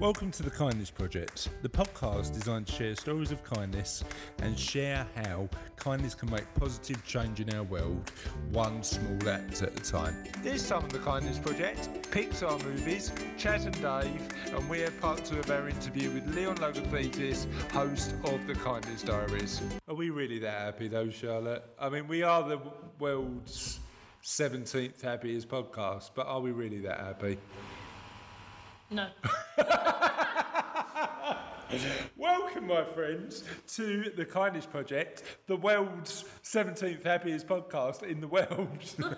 Welcome to the Kindness Project, the podcast designed to share stories of kindness and share how kindness can make positive change in our world, one small act at a time. This time on the Kindness Project, Pixar movies, Chad and Dave, and we're part two of our interview with Leon Logophatis, host of the Kindness Diaries. Are we really that happy though, Charlotte? I mean, we are the world's 17th happiest podcast, but are we really that happy? No. Welcome, my friends, to the Kindness Project, the world's 17th happiest podcast in the world.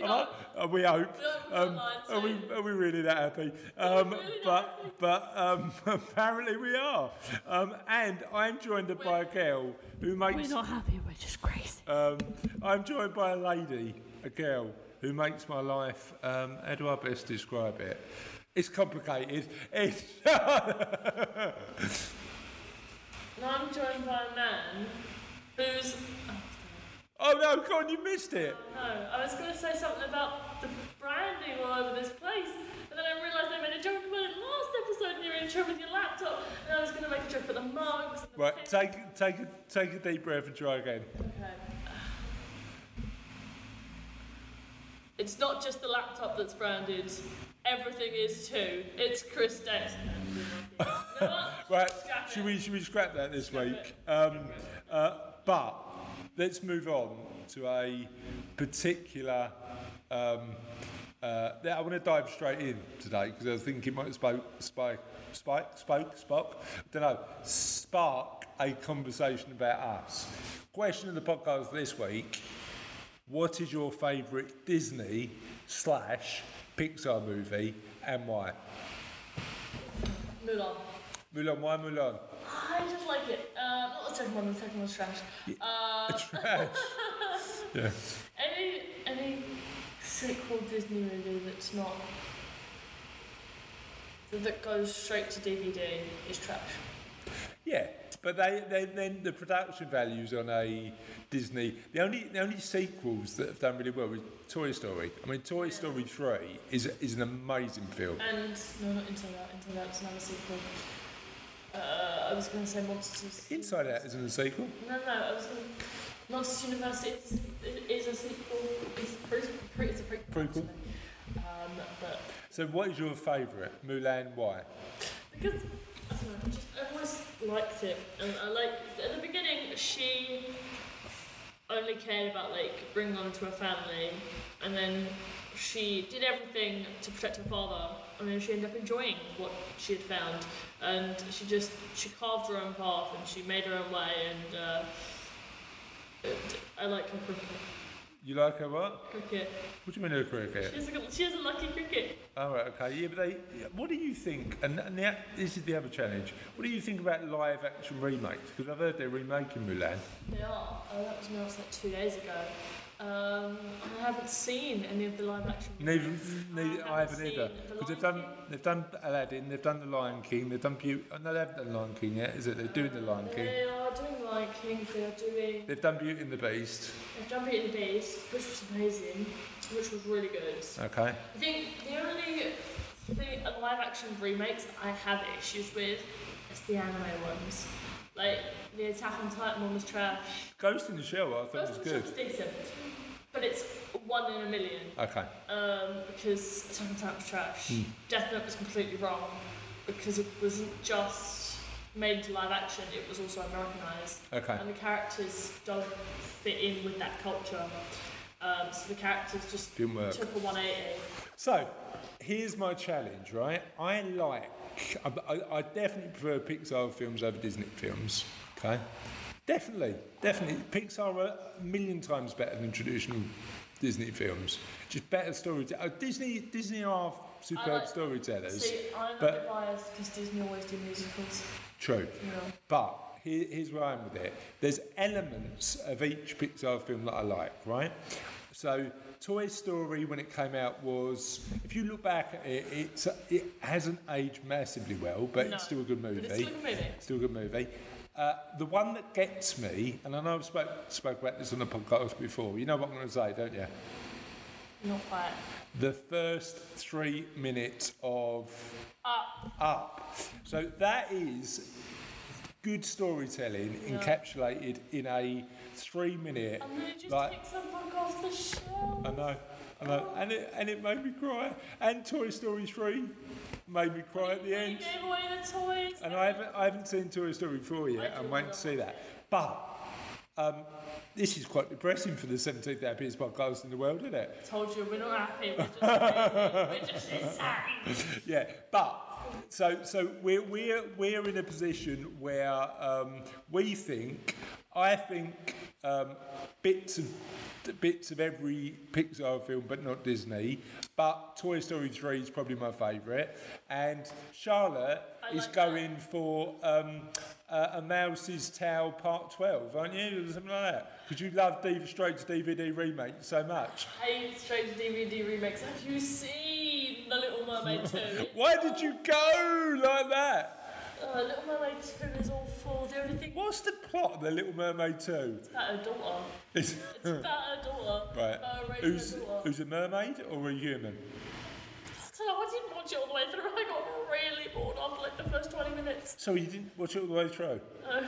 We Am are. I- uh, we hope. We hope we're Um, not are, lying we, are we really that happy? Um, really but but um, apparently we are. Um, and I'm joined by a girl who We're makes. not happy, we're just crazy. Um, I'm joined by a lady, a girl who makes my life. Um, how do I best describe it? It's complicated. It's Now I'm joined by a man who's. oh no, God, you missed it. No, I was going to say something about the branding all over this place, and then I realised I made a joke about it last episode, and you were in trouble with your laptop, and I was going to make a joke about the mugs. And the Right, pen- take take a, take a deep breath and try again. Okay. It's not just the laptop that's branded. Everything is too. It's Chris Dex. Right, Scrap should it. we should we scrap that this Scrap week? Um, uh, but let's move on to a particular. Um, uh, that- I want to dive straight in today because I was thinking it might spoke, spike, spike, spoke, spark. I don't know, spark a conversation about us. Question of the podcast this week: What is your favourite Disney slash Pixar movie and why? Move on. Mulan, why Mulan? I just like it. Uh, not the second one. The second one's trash. Uh, Trash. yeah. any any sequel Disney movie that's not that goes straight to DVD is trash. Yeah, but they, they then the production values on a Disney. The only the only sequels that have done really well is Toy Story. I mean, Toy Story three is is an amazing film. And no, not Inside Out. Inside Out's another sequel. Uh, I was gonna say Monsters. Inside Out isn't a sequel. No, no. I was gonna. Monsters University is, is a sequel. It's a pre, pre, it's a prequel. Prequel. actually. Um, but So, what is your favourite Mulan? Why? Because I don't know, I just I always liked it, and I like at the beginning she only cared about like bringing on to her family, and then she did everything to protect her father, and then she ended up enjoying what she had found, and she just she carved her own path and she made her own way, and uh, it- I like her cricket. You like her what? cricket. What do you mean her She cricket? has a good, she has a lucky cricket. All right, okay. Yeah, but they. What do you think? And, and the, this is the other challenge. What do you think about live action remakes? Because I've heard they're remaking Mulan. They are. Oh, that was announced like two days ago. Um, I haven't seen any of the live action. Neither, videos. neither I haven't seen either. The Because they've Lion done, they've done Aladdin, they've done The Lion King, they've done Beauty. Oh, no, they haven't done Lion King yet, is it? They're doing The Lion King. King. They are doing Lion King. They are doing. They've done Beauty and the Beast. They've done Beauty and the Beast, which was amazing, which was really good. Okay. I think the only thing uh, live action remakes I have issues with is the anime ones. Like the Attack on Titan one was trash. Ghost in the Shell, I thought Ghost was in the Shell good. was decent, but it's one in a million. Okay. um, because Attack on Titan was trash. Hmm. Death Note was completely wrong because it wasn't just made to live action, it was also Americanized. Okay. And the characters don't fit in with that culture. Um, so the characters just Didn't work. took a 180. So, here's my challenge, right? I like, I, I, I definitely prefer Pixar films over Disney films, okay? Definitely, definitely. Pixar are a million times better than traditional Disney films. Just better story. Uh, Disney, Disney are superb like- storytellers. See, I'm but- but, biased because Disney always do musicals. True. You know. But here, here's where I'm with it. There's elements of each Pixar film that I like, right? So Toy Story, when it came out, was if you look back at it, it's, it hasn't aged massively well, but No, it's still a good movie. But it's still a good movie. Still a good movie. Uh, the one that gets me, and I know I've spoke, spoke about this on the podcast before. You know what I'm going to say, don't you? Not quite. the first three minutes of Up. Up. So that is good storytelling Yeah. encapsulated in a three minute. And then it just Like- picks a book off the shelf. I know, I know, and it and it made me cry. And Toy Story three made me cry at the You end. gave away the toys. And I haven't I haven't seen Toy Story four yet. I'm waiting to see that. But um, this is quite depressing for the 17th happiest podcast in the world, isn't it? told you we're not happy. We're just, we're just sad. Yeah, but so so we're we're we're in a position where um, we think, I think um, bits of bits of every Pixar film, but not Disney. But Toy Story three is probably my favourite, and Charlotte I is like that. going for. Um, uh, a Mouse's Tale Part 12, aren't you? Or something like that. Because you love Diva Straight to DVD remake so much. hate straight to DVD remakes. Have you seen The Little Mermaid 2? Why did you go like that? Uh, Little Mermaid 2 is awful. The only thing What's the plot of The Little Mermaid 2? it's about her daughter. It's- It's about her daughter. right. About her Uh, raising Who's, her daughter. who's a mermaid or a human? I don't know, I didn't watch it all the way through. I got really bored after like the first 20 minutes. So you didn't watch it all the way through? No.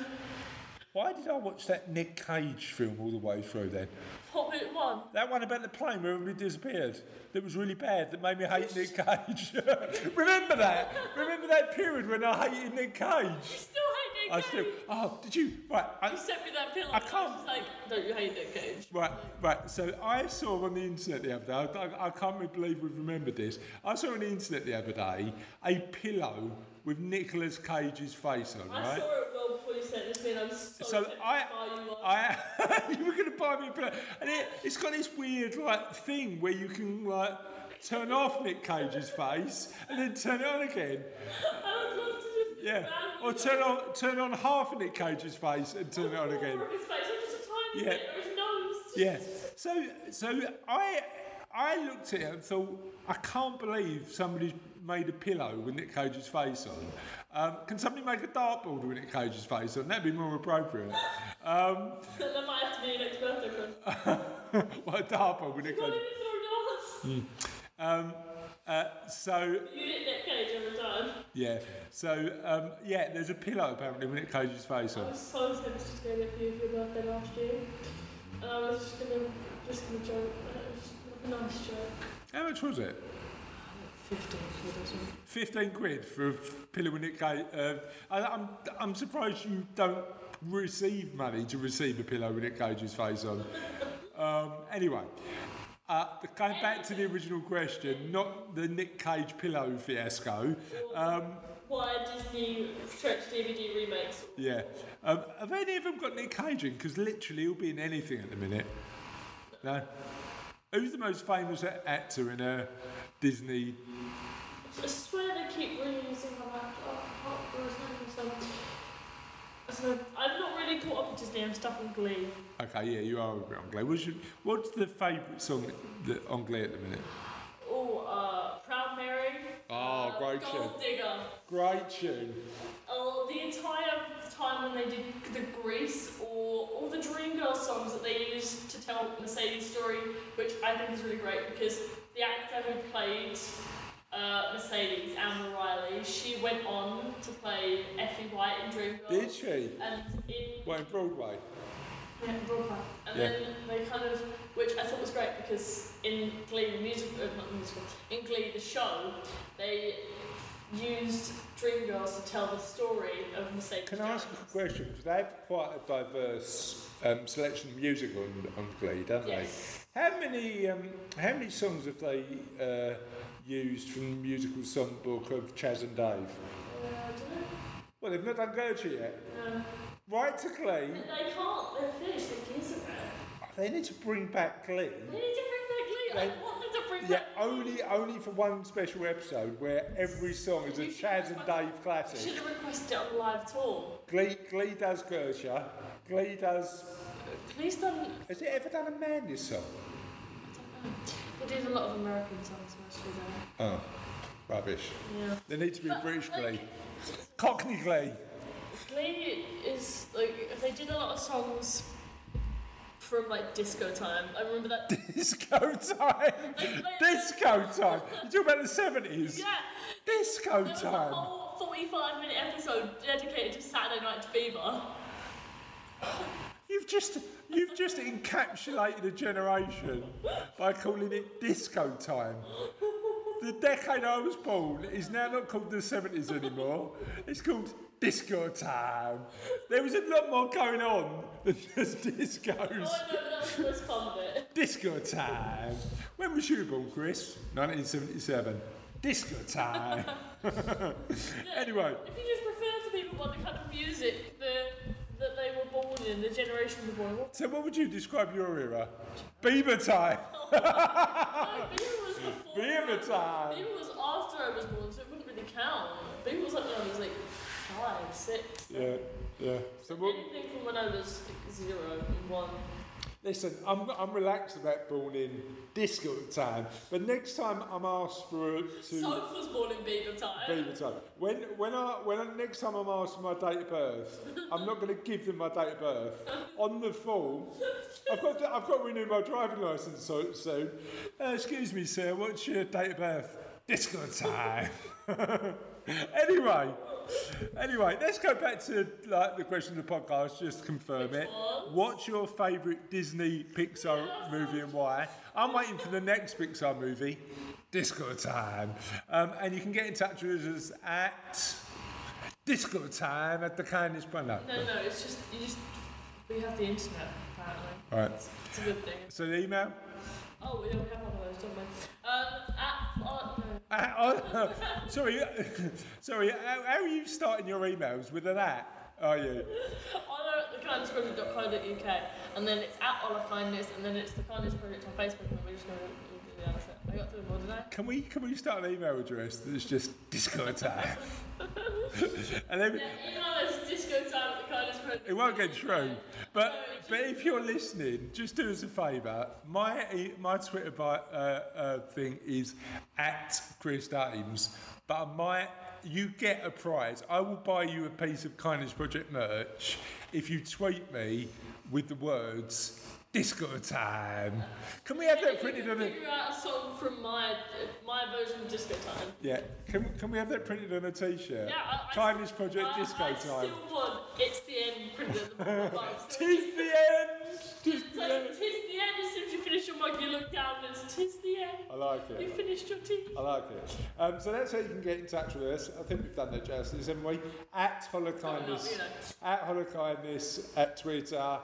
Why did I watch that Nick Cage film all the way through then? Hobbit 1. That one about the plane where everybody disappeared. That was really bad. That made me hate Nick Cage. Remember that? Remember that period when I hated Nick You Cage? still hate Nick I Cage. still. Oh, did you? Right. I, You sent me that pillow. I and can't- was like, don't you hate Nick Cage? Right, right. So I saw on the internet the other day. I, I can't really believe we've remembered this. I saw on the internet the other day a pillow with Nicolas Cage's face on. I Right. saw it well before you sent this in. I'm so, So tempted I, by you. I, you were going to buy me a pillow, and it, it's got this weird like thing where you can like turn off Nick Cage's face and then turn it on again. I would love to just Yeah. stand Or with turn on turn on half of Nick Cage's face and turn it on the again. corner of his face. It's just a tiny Yeah. bit of his nose. Just- Yeah. So so I I looked at it and thought I can't believe somebody's made a pillow with Nick Cage's face on. Um, can somebody make a dartboard with Nick Cage's face on? That'd be more appropriate. Um, that might have to be an next birthday present. what a dartboard with Nick Not Cage. even through doors. Um, uh, so You didn't Nick Cage every time. yeah, so um, yeah, there's a pillow apparently with Nick Cage's face I on. was so tempted to go there for you for your birthday last year. And I was just gonna, just gonna joke. and it was just a nice joke. How much was it? 15 for this one. 15 quid for a pillow with Nick Cage. Uh, I, I'm, I'm surprised you don't receive money to receive a pillow with Nick Cage's face on. Um, anyway, uh, the- going back to the original question, not the Nick Cage pillow fiasco. Um, Why Disney stretch DVD remakes? yeah. Um, have any of them got Nick Cage in? Because literally he'll be in anything at the minute. No? Who's the most famous a- actor in a Disney? I swear they keep reusing my laptop. Oh, there was no reason. So I'm not really caught up with Disney. I'm stuck on Glee. Okay, yeah, you are a bit on Glee. What's, your, what's the favourite song that, on Glee at the minute? Oh, uh, Proud Mary. Oh, uh, great Gold Digger. Great tune. Oh, the entire time when they did the Grease or all the Dreamgirls songs that they used to tell Mercedes' story, which I think is really great because the actor who played uh, Mercedes, Anne Riley, she went on to play Effie White in Dreamgirls. Did she? And in Well, in Broadway. Yeah, Broadway. And Yeah. then they kind of, which I thought was great because in Glee, the music, uh, not the musical, in Glee, the show, they used Dreamgirls to tell the story of Mercedes. Can I ask Jones. a question? Because they have quite a diverse um, selection of music on, on Glee, don't Yes. they? How many um, how many songs have they uh, used from the musical songbook of Chaz and Dave? Uh, I Well, they've not done Gertrude yet. don't know. No. Right to Glee, But They can't, they're finished, they're years ago. they need to bring back Glee. They need to bring back Glee, I want them to bring Yeah, back only only for one special episode where every song is a Chaz and Dave I classic. should have requested it on live tour. Glee, Glee does Gersha. Glee does. Please don't, I don't know. Has it ever done a Mandy song? They did a lot of American songs mostly though. Oh, rubbish. Yeah. They need to be But, British like, Glee. Cockney Glee. Glee is like they did a lot of songs from like disco time. I remember that. Disco time. Like, like- Disco time. You talk about the seventies. yeah. Disco There was a time. whole 45 minute episode dedicated to Saturday Night Fever. Oh, You've just you've just encapsulated a generation by calling it disco time. The decade I was born is now not called the seventies anymore. It's called disco time. There was a lot more going on than just discos. Oh, I know, but that was the most fun bit. Disco time. When was you born, Chris? 1977. Disco time. anyway, If you just refer to people by the kind of music that, that they were born in, the generation they were born in, what so what would you describe your era? Bieber time. no, Bieber was before. Bieber Ah, time. Bieber was after I was born, so it wouldn't really count. Bieber was like when I was like five, six. Yeah, yeah. So what, Anything from when I was like, zero and one. Listen, I'm, I'm relaxed about born in disco time, but next time I'm asked for a, to Soph was born in Bieber time. Bieber time. When when I when I, next time I'm asked for my date of birth, I'm not going to give them my date of birth on the form. I've got to, I've got to renew my driving license so soon. Uh, excuse me, sir. What's your date of birth? Disco time. anyway, anyway, let's go back to like the question of the podcast. Just to confirm it. was? What's your favourite Disney Pixar movie and why? I'm waiting for the next Pixar movie, Disco Time. Um, and you can get in touch with us at Disco Time at the kindness No. No, no, it's just, you just, we have the internet, apparently. All right. It's, it's a good thing. So the email. Oh, we don't have one of those, don't we? Um, at, uh, no. Uh, oh, sorry, sorry. How, how are you starting your emails with an at? Are you? Honor at thekindnessproject.co.uk, and then it's at Honor Kindness, and then it's the Kindness Project on Facebook, and we're just going to yeah, that's it. I got through them all, didn't I? Can we can we start an email address that's just Disco Time? and then Yeah, even though there's disco time at the Kindness Project. It won't get through. But but if you're listening, just do us a favour. My e- my Twitter bi- uh, uh, thing is at Chris Dames, but I might. You get a prize. I will buy you a piece of Kindness Project merch if you tweet me with the words "Disco Time." Can we have that If you printed can on a figure out a song from my my version of disco time. yeah? Can, can we have that printed on a T-shirt? Yeah, I, I, Kindness Project I, Disco I Time. still want it's the end printed at the bottom of the box. So Tis it's the end. Tis just the like, end. tis the end. As soon as you finish your mug, you look down and it's tis the end. I like it. You finished your tea. I like it. Um, so that's how you can get in touch with us. I think we've done that justice, haven't we? At Coming Holokindness, up, you at Holokindness, at Twitter,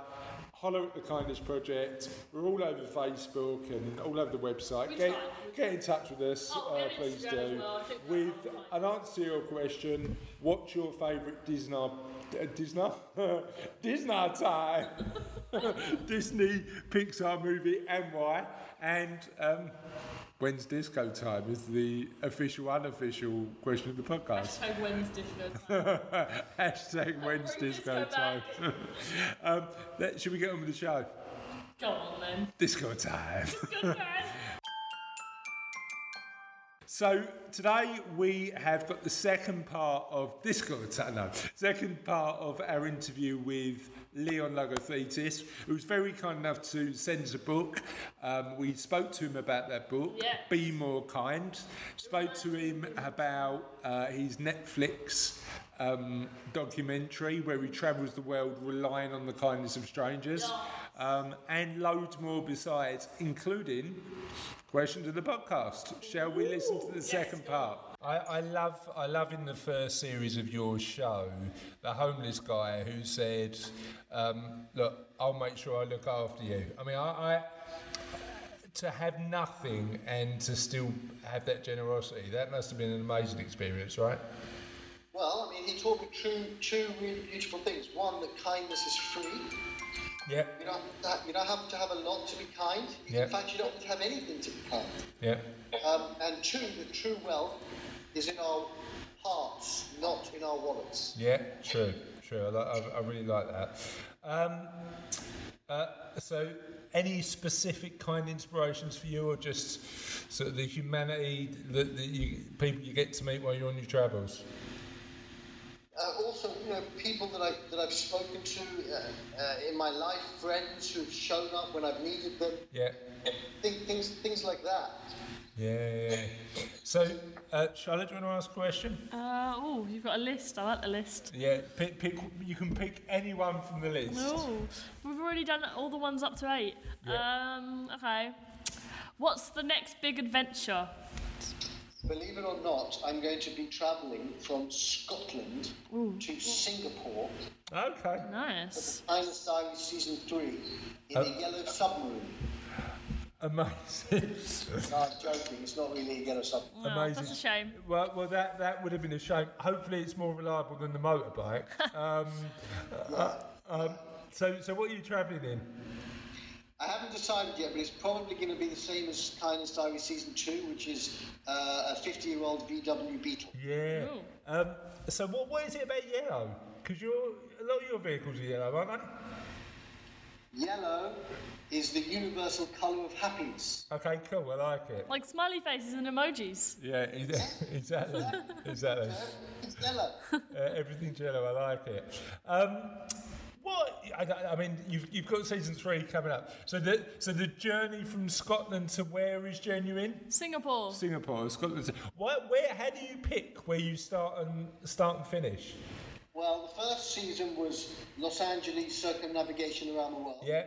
Hollow at the Kindness Project. We're all over Facebook and all over the website. We get, try. get in touch with us, Oh, uh, we're on please Instagram do. as well. I think we're With on Instagram. an answer to your question, what's your favourite Disney? Uh, Disney? Disney time! Disney Pixar movie and why? And um, when's disco time is the official, unofficial question of the podcast. Hashtag when's disco time. Hashtag when's Bring disco disco time? um, that, should we get on with the show? Go on then. Disco time. Good guys. So today we have got the second part of Disco Time, no, second part of our interview with Leon Logothetis, who was very kind enough to send us a book. Um, we spoke to him about that book, Yeah. Be More Kind. Spoke to him about uh, his Netflix um, documentary where he travels the world relying on the kindness of strangers, um, and loads more besides, including questions of the podcast. Shall we listen to the second part? I, I love I love in the first series of your show the homeless guy who said, um, "Look, I'll make sure I look after you." I mean, I, I to have nothing and to still have that generosity that must have been an amazing experience, right? Well, I mean, he taught me two, two really beautiful things. One, that kindness is free. Yeah, You don't, have to, you don't have to have a lot to be kind. Yeah. In fact, you don't have to have anything to be kind. yeah, Um, and two, that true wealth is in our hearts, not in our wallets. yeah. True, true. I, li- I, I really like that. Um, uh, so, any specific kind inspirations for you, or just sort of the humanity that, that you people you get to meet while you're on your travels? uh, also, you know, people that I that I've spoken to uh, uh, in my life, friends who've shown up when I've needed them, Yeah. think, things things like that. Yeah. yeah. So, uh, Charlotte, do you want to ask a question? Uh, oh, you've got a list. I like the list. Yeah, pick, pick, you can pick anyone from the list. Oh, we've already done all the ones up to eight. Um, okay. What's the next big adventure? Believe it or not, I'm going to be travelling from Scotland to Singapore. Okay. Nice. Einstein Diary season three in a yellow submarine. Amazing. No, I'm joking. It's not really a yellow submarine. Well, Amazing. That's a shame. well, well, that, that would have been a shame. Hopefully, it's more reliable than the motorbike. um, uh, um, so, so what are you travelling in? I haven't decided yet, but it's probably going to be the same as Kindness Diary season two, which is uh, a 50-year-old VW Beetle. Yeah. Ooh. Um, so, what, what is it about yellow? Because a lot of your vehicles are yellow, aren't they? Yellow is the universal colour of happiness. Okay, cool. I like it. Like smiley faces and emojis. Yeah, ex- exactly. exactly. It's yellow. Uh, everything's yellow. I like it. Um, what I, don't- I mean, you've, you've got season three coming up. So the so the journey from Scotland to where is genuine? Singapore. Singapore, Scotland. Why, where? How do you pick where you start and start and finish? Well, the first season was Los Angeles circumnavigation around the world. Yeah.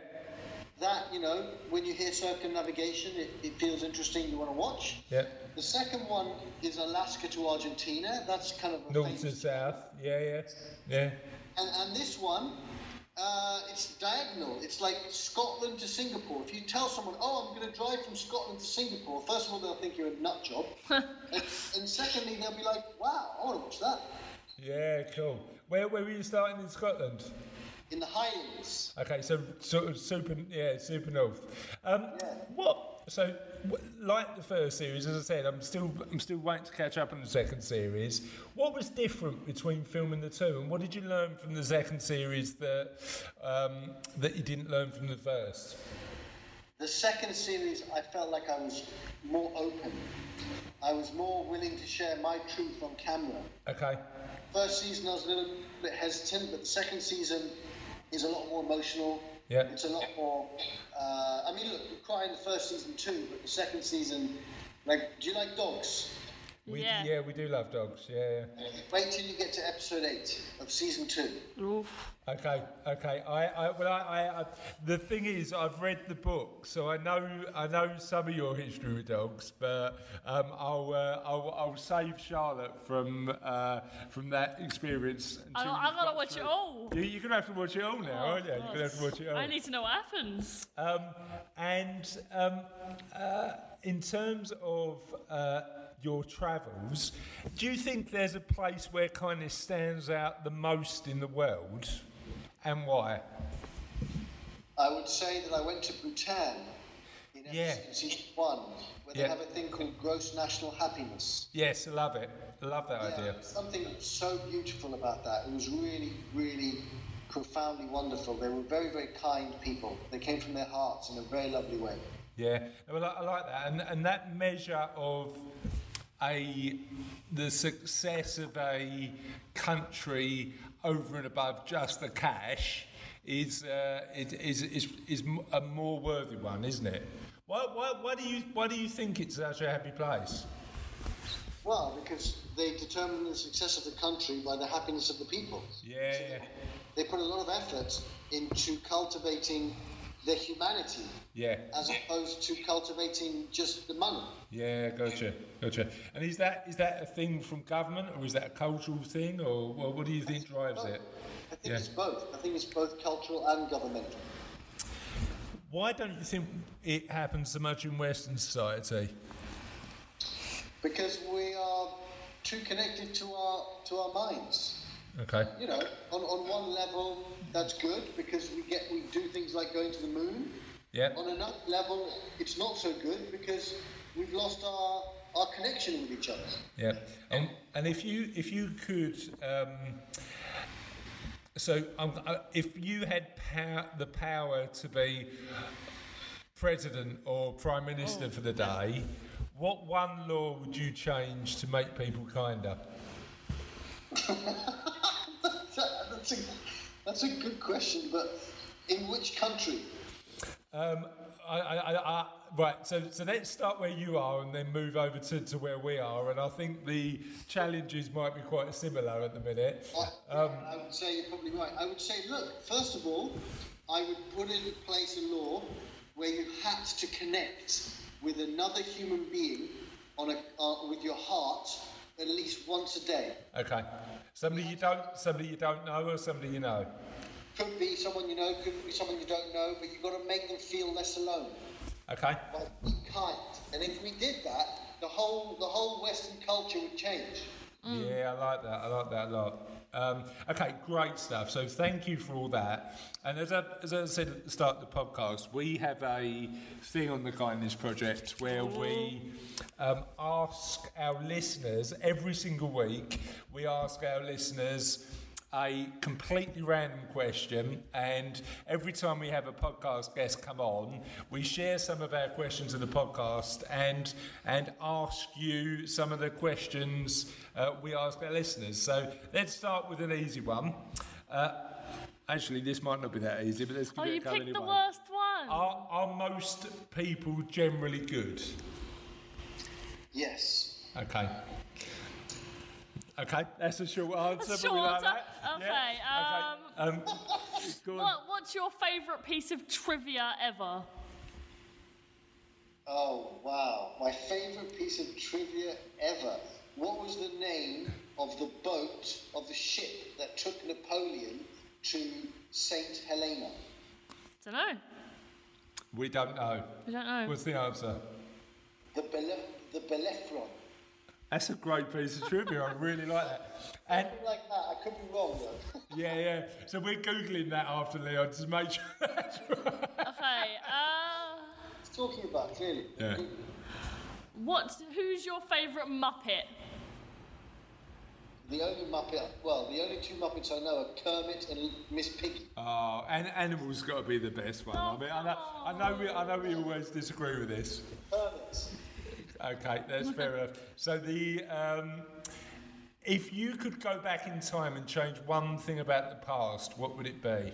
That, you know, when you hear circumnavigation, it, it feels interesting, you want to watch. Yeah. The second one is Alaska to Argentina. That's kind of a North famous- to south. Yeah, yeah, yeah. And, and this one, uh, it's diagonal. It's like Scotland to Singapore. If you tell someone, oh, I'm going to drive from Scotland to Singapore, first of all, they'll think you're a nut job. and, and secondly, they'll be like, wow, I want to watch that. Yeah, cool. Where, where were you starting in Scotland? In the Highlands. Okay, so sort of super, yeah, super north. Um, Yeah. What? So, w- like the first series, as I said, I'm still I'm still waiting to catch up on the second series. What was different between filming the two, and what did you learn from the second series that um, that you didn't learn from the first? The second series, I felt like I was more open. I was more willing to share my truth on camera. Okay, First season, I was a little bit hesitant, but the second season is a lot more emotional. Yeah. It's a lot more. Uh, I mean, look, we cry in the first season too, but the second season, like, do you like dogs? we, Yeah. yeah, we do love dogs. Yeah. yeah. Wait till you get to episode eight of season two. Oof. Okay, okay. I, I well, I, I, I, the thing is, I've read the book, so I know, I know some of your history with dogs, but um, I'll, uh, I'll, I'll save Charlotte from, uh, from that experience. I, until I you've gotta got watch it through. all. You, you're gonna have to watch it all now, Oh, aren't you? You're gonna have to God. watch it all. I need to know what happens. Um, and um, uh, in terms of uh, your travels, do you think there's a place where kindness stands out the most in the world, and why? I would say that I went to Bhutan in Yeah. episode season one, where they Yeah. have a thing called gross national happiness. Yes, I love it. I love that Yeah, idea. Something so beautiful about that. It was really, really profoundly wonderful. They were very, very kind people. They came from their hearts in a very lovely way. Yeah, well, I, I like that, and and that measure of a the success of a country over and above just the cash is uh, it, is, is is m- a more worthy one, isn't it? Why, why, why do you why do you think it's such a happy place? Well, because they determine the success of the country by the happiness of the people. Yeah, They put a lot of effort into cultivating their humanity yeah, as opposed to cultivating just the money. yeah. Gotcha, gotcha. And is that is that a thing from government, or is that a cultural thing, or well, what do you think drives it? I think Yeah. it's both. I think it's both cultural and governmental. Why don't you think it happens so much in Western society? Because we are too connected to our to our minds. Okay. you know, on, on one level, that's good because we get we do things like going to the moon. Yeah. On another level, it's not so good because we've lost our our connection with each other. Yeah. And and if you if you could. Um, so, um, uh, if you had pow- the power to be president or prime minister for the day, what one law would you change to make people kinder? That's a, that's a good question, but in which country? Um, I, I, I, I, right, so, so let's start where you are and then move over to, to where we are. And I think the challenges might be quite similar at the minute. I, I would say you're probably right. I would say, look, first of all, I would put in place a law where you had to connect with another human being on a, uh, with your heart at least once a day. Okay. Somebody you don't somebody you don't know or somebody you know. Could be someone you know, could be someone you don't know, but you've got to make them feel less alone. Okay. By being kind. And if we did that, the whole the whole Western culture would change. Yeah, I like that. I like that a lot. Um, okay, great stuff. So thank you for all that. And as I, as I said at the start of the podcast, we have a thing on the Kindness Project where we um, ask our listeners every single week. We ask our listeners a completely random question, and every time we have a podcast guest come on, we share some of our questions in the podcast and and ask you some of the questions uh, we ask our listeners. So let's start with an easy one. Uh, actually, this might not be that easy, but let's give Oh, it a you go picked anyway. the worst one. Are, are most people generally good? Yes. Okay. Okay, that's a short answer. That's but we like shorter. that. Okay, Yeah, okay. Um, go on. What, what's your favourite piece of trivia ever? Oh wow! My favorite piece of trivia ever. What was the name of the boat of the ship that took Napoleon to Saint Helena? Don't know. We don't know. I don't know. What's the answer? The Bele- the Bellerophon. That's a great piece of trivia. I really like that. And Something like that. I could be wrong though. yeah, yeah. So we're googling that after Leon to make sure. That's right. okay. Uh, It's talking about clearly. Yeah. what? Who's your favourite Muppet? The only Muppet, well, the only two Muppets I know are Kermit and Miss Piggy. Oh, and animals got to be the best one. I mean, I know, I know, we, I know we always disagree with this. Kermit. Okay, that's fair enough. So the um, if you could go back in time and change one thing about the past, what would it be?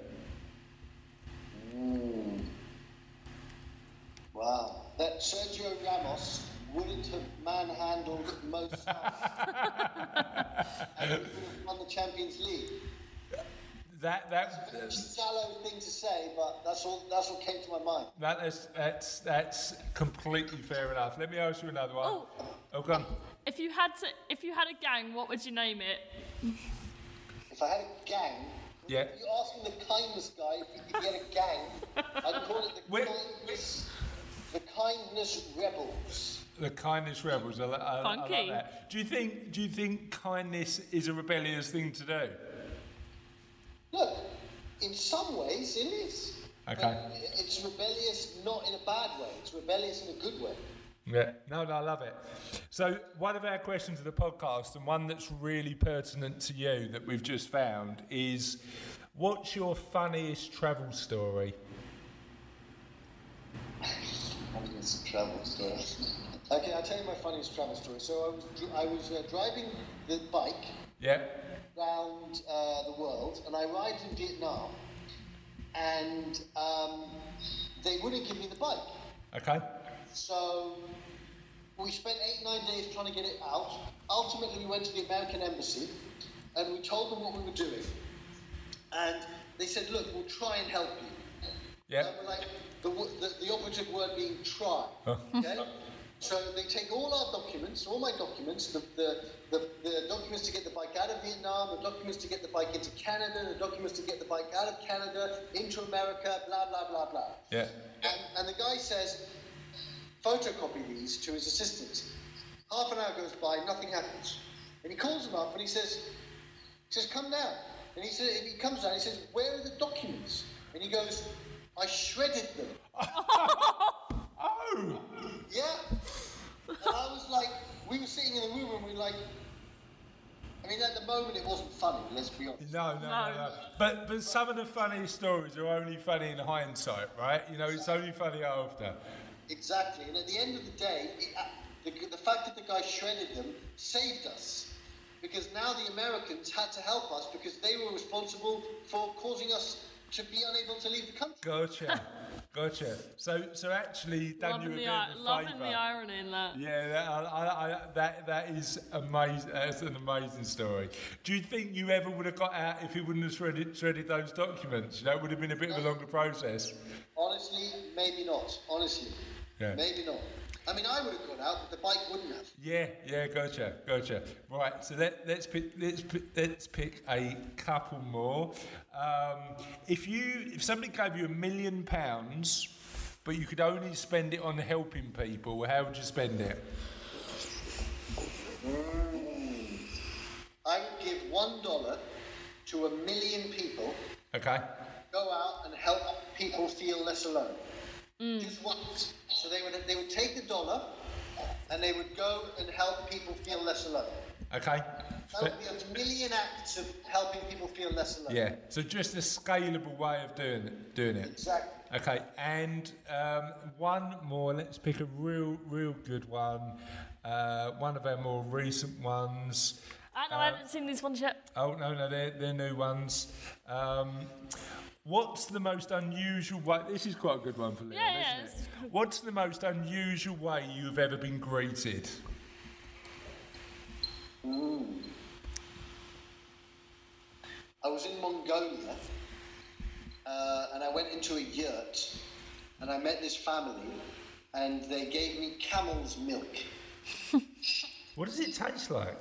Wow. That Sergio Ramos wouldn't have manhandled Mo Salah. and he would have won the Champions League. That that Shallow thing to say, but that's all. That's what came to my mind. That is, that's that's completely fair enough. Let me ask you another one. Oh. oh go on. If you had to, if you had a gang, what would you name it? If I had a gang, Yeah. if you asking the kindness guy if he could get a gang, I'd call it the Wait, kindness, the kindness rebels. The kindness rebels. I, li- I, I like Funky. that. Do you think do you think kindness is a rebellious thing to do? Look, in some ways it is. But Okay. It's rebellious, not in a bad way. It's rebellious in a good way. Yeah. No, no, I love it. So one of our questions of the podcast and one that's really pertinent to you that we've just found is what's your funniest travel story? I'm going to travel story. Okay, I'll tell you my funniest travel story. So I was dr- I was uh, driving the bike Yeah. round uh, the world, and I arrived in Vietnam, and um, they wouldn't give me the bike. Okay. So we spent eight, nine days trying to get it out. Ultimately, we went to the American embassy and we told them what we were doing. And they said, Look, we'll try and help you. Yeah. And we're like, the, wo- the, the operative word being try. Uh-huh. Oh. Okay? so they take all our documents, all my documents, the, the, the, the documents to get the bike out of Vietnam, the documents to get the bike into Canada, the documents to get the bike out of Canada, into America, blah, blah, blah, blah. Yeah. And, and the guy says, photocopy these to his assistant. Half an hour goes by, nothing happens. And he calls him up and he says, he says, come down. And he says, and he comes down, he says, where are the documents? And he goes, I shredded them. Oh. Yeah. And I was like, we were sitting in the room and we were like, I mean, at the moment it wasn't funny, let's be honest. No, no, no, No. no. But but some of the funny stories are only funny in hindsight, right? You know, it's only funny after. Exactly. And at the end of the day, it, uh, the, the fact that the guy shredded them saved us. because now the Americans had to help us because they were responsible for causing us to be unable to leave the country. Gotcha. Gotcha. So, so actually, done you a bit Loving, the, ir- of a loving the favour. irony in that. Yeah, that, I, I, I, that that is amazing. That's an amazing story. Do you think you ever would have got out if you wouldn't have shredded, shredded those documents? That would have been a bit of a longer process. Honestly, maybe not. Honestly, Yeah. maybe not. I mean, I would have got out, but the bike wouldn't have. Yeah, yeah, gotcha, gotcha. Right, so let, let's pick let's pick, let's pick a couple more. Um, if you if somebody gave you a million pounds, but you could only spend it on helping people, how would you spend it? I would give one dollar to a million people, Okay, go out and help people feel less alone. Just once. So they would they would take the dollar and they would go and help people feel less alone. okay. That would be a million acts of helping people feel less alone. Yeah, so just a scalable way of doing it, doing it. Exactly. Okay, and um, one more. Let's pick a real, real good one. Uh, one of our more recent ones. I know I haven't seen these ones yet. Oh no, no, they're, they're new ones. Um, what's the most unusual way? This is quite a good one for Leon, Yeah, yeah, isn't it's it? What's the most unusual way you've ever been greeted? Mm. I was in Mongolia uh, and I went into a yurt and I met this family and they gave me camel's milk. What does it taste like?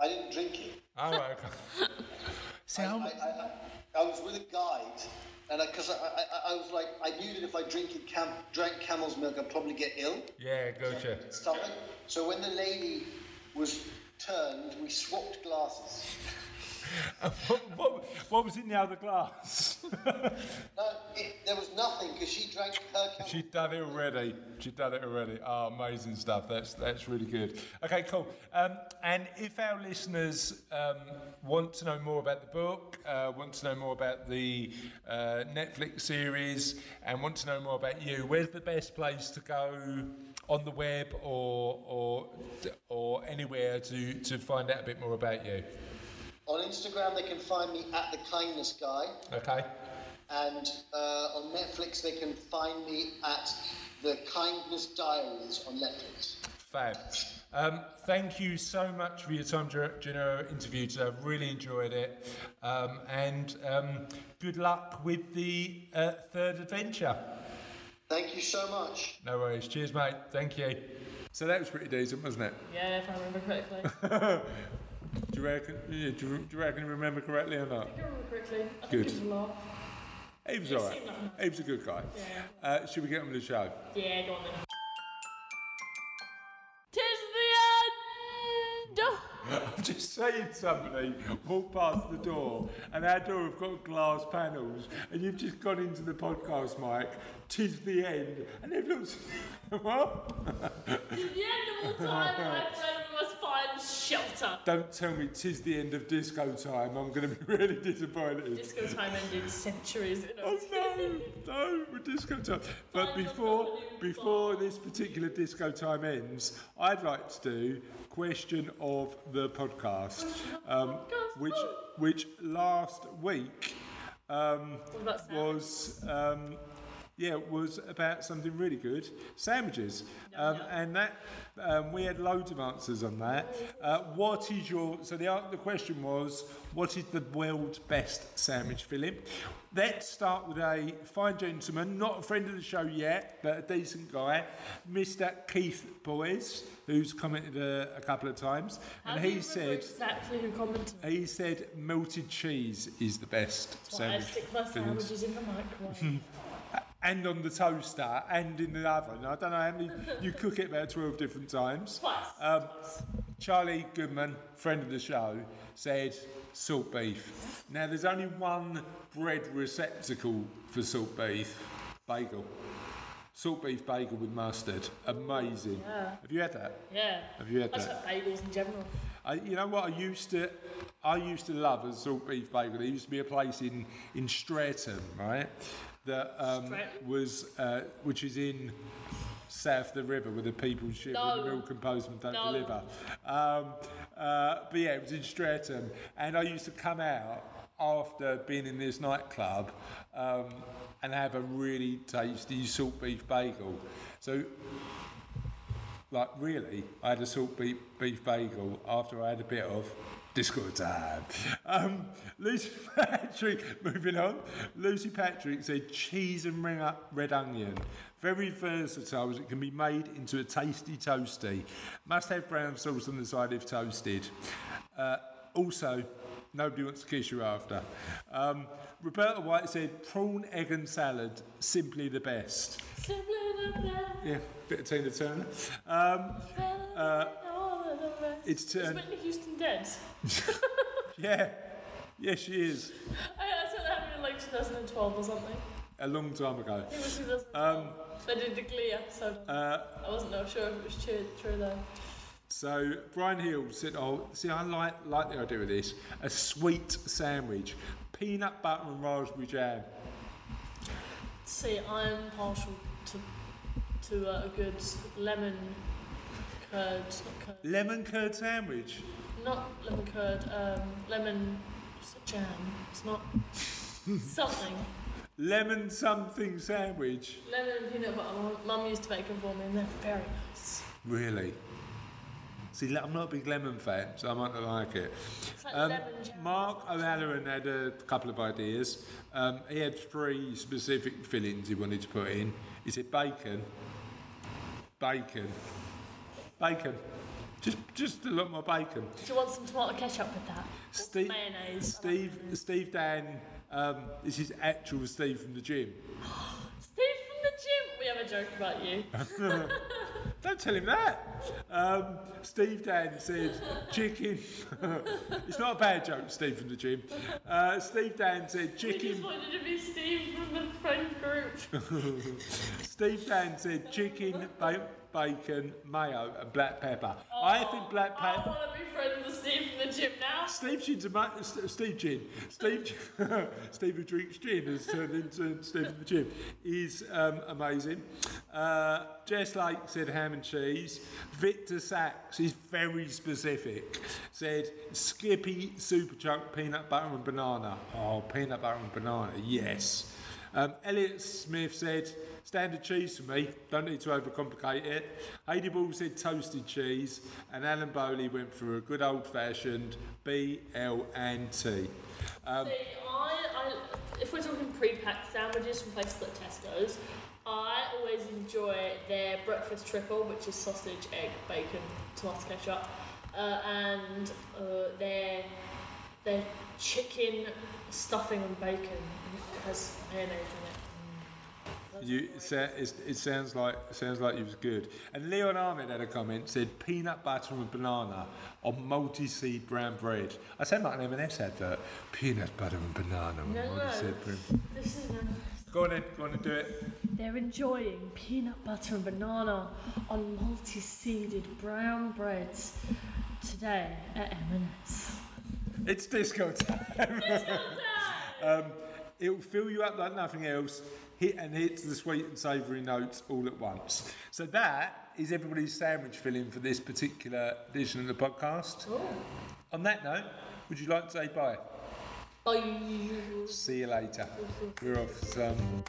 I didn't drink it. Oh, right, okay. See, I, I'm, I, I, I was with a guide, and because I, I, I, I was like, I knew that if I drink it cam, drank camel's milk, I'd probably get ill, yeah, gotcha. stomach. So when the lady was turned, we swapped glasses. What, what, what was in the other glass? No, it, there was nothing because she drank her camel. She'd done it already. She'd done it already. Oh, amazing stuff. That's that's really good. Okay, cool. Um, and if our listeners um, want to know more about the book, uh, want to know more about the uh, Netflix series, and want to know more about you, where's the best place to go on the web or or or anywhere to to find out a bit more about you? on Instagram, they can find me at the kindness guy, Okay. and uh, on Netflix, they can find me at the kindness diaries on Netflix. Fab. Um, thank you so much for your time during our interview today. I've really enjoyed it. Um, and um, good luck with the uh, third adventure. Thank you so much. No worries. Cheers, mate. Thank you. So that was pretty decent, wasn't it? Yeah, if I remember correctly. I Do you reckon? Yeah, do, you, do you reckon you remember correctly or not? think I remember correctly. I Good. think it was a laugh. He was alright. He was a good guy. Uh, should we get on with the show? Yeah, go on then. Tis the end! I've just seen somebody walk past the door, and our door have got glass panels, and you've just gone into the podcast mic. Tis the end, and they've looked. what? Tis the end of all time, my friend, we must find shelter. Don't tell me tis the end of disco time. I'm going to be really disappointed. Disco time ended centuries ago. Oh no, no, we're disco time. But Find before yourself a new before this particular disco time ends, I'd like to do question of the podcast, um, which which last week um, What about Sam? was um, yeah was about something really good sandwiches um, and that um, we had loads of answers on that uh, what is your so the, an- the question was what is the world's best sandwich philip let's start with a fine gentleman not a friend of the show yet but a decent guy mr keith boys who's commented a, a couple of times How and do he you remember said exactly who commented. he said melted cheese is the best I sandwich stick my filling. sandwiches in the microwave. and on the toaster and in the oven. I don't know how many you cook it about 12 different times. Twice. Um, Twice. Charlie Goodman, friend of the show, said salt beef. Now there's only one bread receptacle for salt beef bagel. Salt beef bagel with mustard. Amazing. Yeah. Have you had that? Yeah. Have you had I just that? like bagels in general. I, you know what I used to I used to love a salt beef bagel. There used to be a place in in Streatham, right? That um, Streatham? was uh, which is in south of the river with the people ship No. with the milk and postman don't No. deliver. Um, uh, but yeah, it was in Streatham, and I used to come out after being in this nightclub um, and have a really tasty salt beef bagel. So, like, really, I had a salt beef, beef bagel after I had a bit of. Discord time. Um, Lucy Patrick, moving on. Lucy Patrick said cheese and ring up red onion. Very versatile as it can be made into a tasty toasty. Must have brown sauce on the side if toasted. Uh, also, nobody wants to kiss you after. Um, Roberta White said prawn, egg, and salad, simply the best. Simply the best. Yeah, bit of Tina Turner. Um, Uh, all of the rest. it's Is turned. Whitney Houston dead? Yeah, yeah, she is. I, I saw that happened in like 2012 or something. A long time ago. I think it was 2012. Um, they did the Glee episode. Uh, I wasn't no sure if it was true, true though. So Brian Hill said, "Oh, see, I like like the idea of this: a sweet sandwich, peanut butter and raspberry jam." See, I'm partial to to uh, a good lemon curd, not curd, Lemon curd sandwich. not lemon curd, um, lemon s- jam. It's not something. Lemon something sandwich. Lemon and peanut butter. My Mum used to make them for me, and they're very nice. Really? See, le- I'm not a big lemon fan, so I might not like it. It's like Um, lemon jam. Mark O'Halloran had a couple of ideas. Um, he had three specific fillings he wanted to put in. He said bacon, bacon, bacon. Just, just a lot more bacon. Do you want some tomato ketchup with that? Or some Steve- mayonnaise. I like Steve, mayonnaise. Steve Dan, um, this is actual Steve from the gym. Steve from the gym. We have a joke about you. Don't tell him that. Um, Steve Dan said chicken. it's not a bad joke, Steve from the gym. Uh, Steve Dan said We just chicken. wanted to be Steve from the friend group. Steve Dan said chicken, ba- bacon, mayo, and black pepper. I think black I pepper. want to be friends with Steve from the gym now. Steve Gin's a ma- St- Steve Gin. Steve Gin- Steve who drinks gin has turned into Steve in the gym. He's um, amazing. Uh, Jess Lake said ham and cheese. Victor Sachs is very specific. Said Skippy super chunk peanut butter and banana. Oh, peanut butter and banana. Yes. Um, Elliot Smith said, standard cheese for me, don't need to overcomplicate it. Hayley Ball said toasted cheese, and Alan Bowley went for a good old fashioned B, L, and T. Um, See, I, I, if we're talking pre-packed sandwiches from places like Tesco's, I always enjoy their breakfast triple, which is sausage, egg, bacon, tomato ketchup, uh, and uh, their their chicken stuffing and bacon and it has mayonnaise in it. Mm. you, it, sa- it's, it sounds like it sounds like you was good. And Leon Ahmed had a comment said peanut butter and banana on multi-seed brown bread. I sound like an M&S advert. Peanut butter and banana on No, no. multi-seed brown. This is nice. Go on, then, go on and do it. They're enjoying peanut butter and banana on multi-seeded brown breads today at M&S. It's disco time. um, it'll fill you up like nothing else. Hit and hits the sweet and savoury notes all at once. So that is everybody's sandwich filling for this particular edition of the podcast. On that note, would you like to say bye? Bye. See you later. We're off. Um,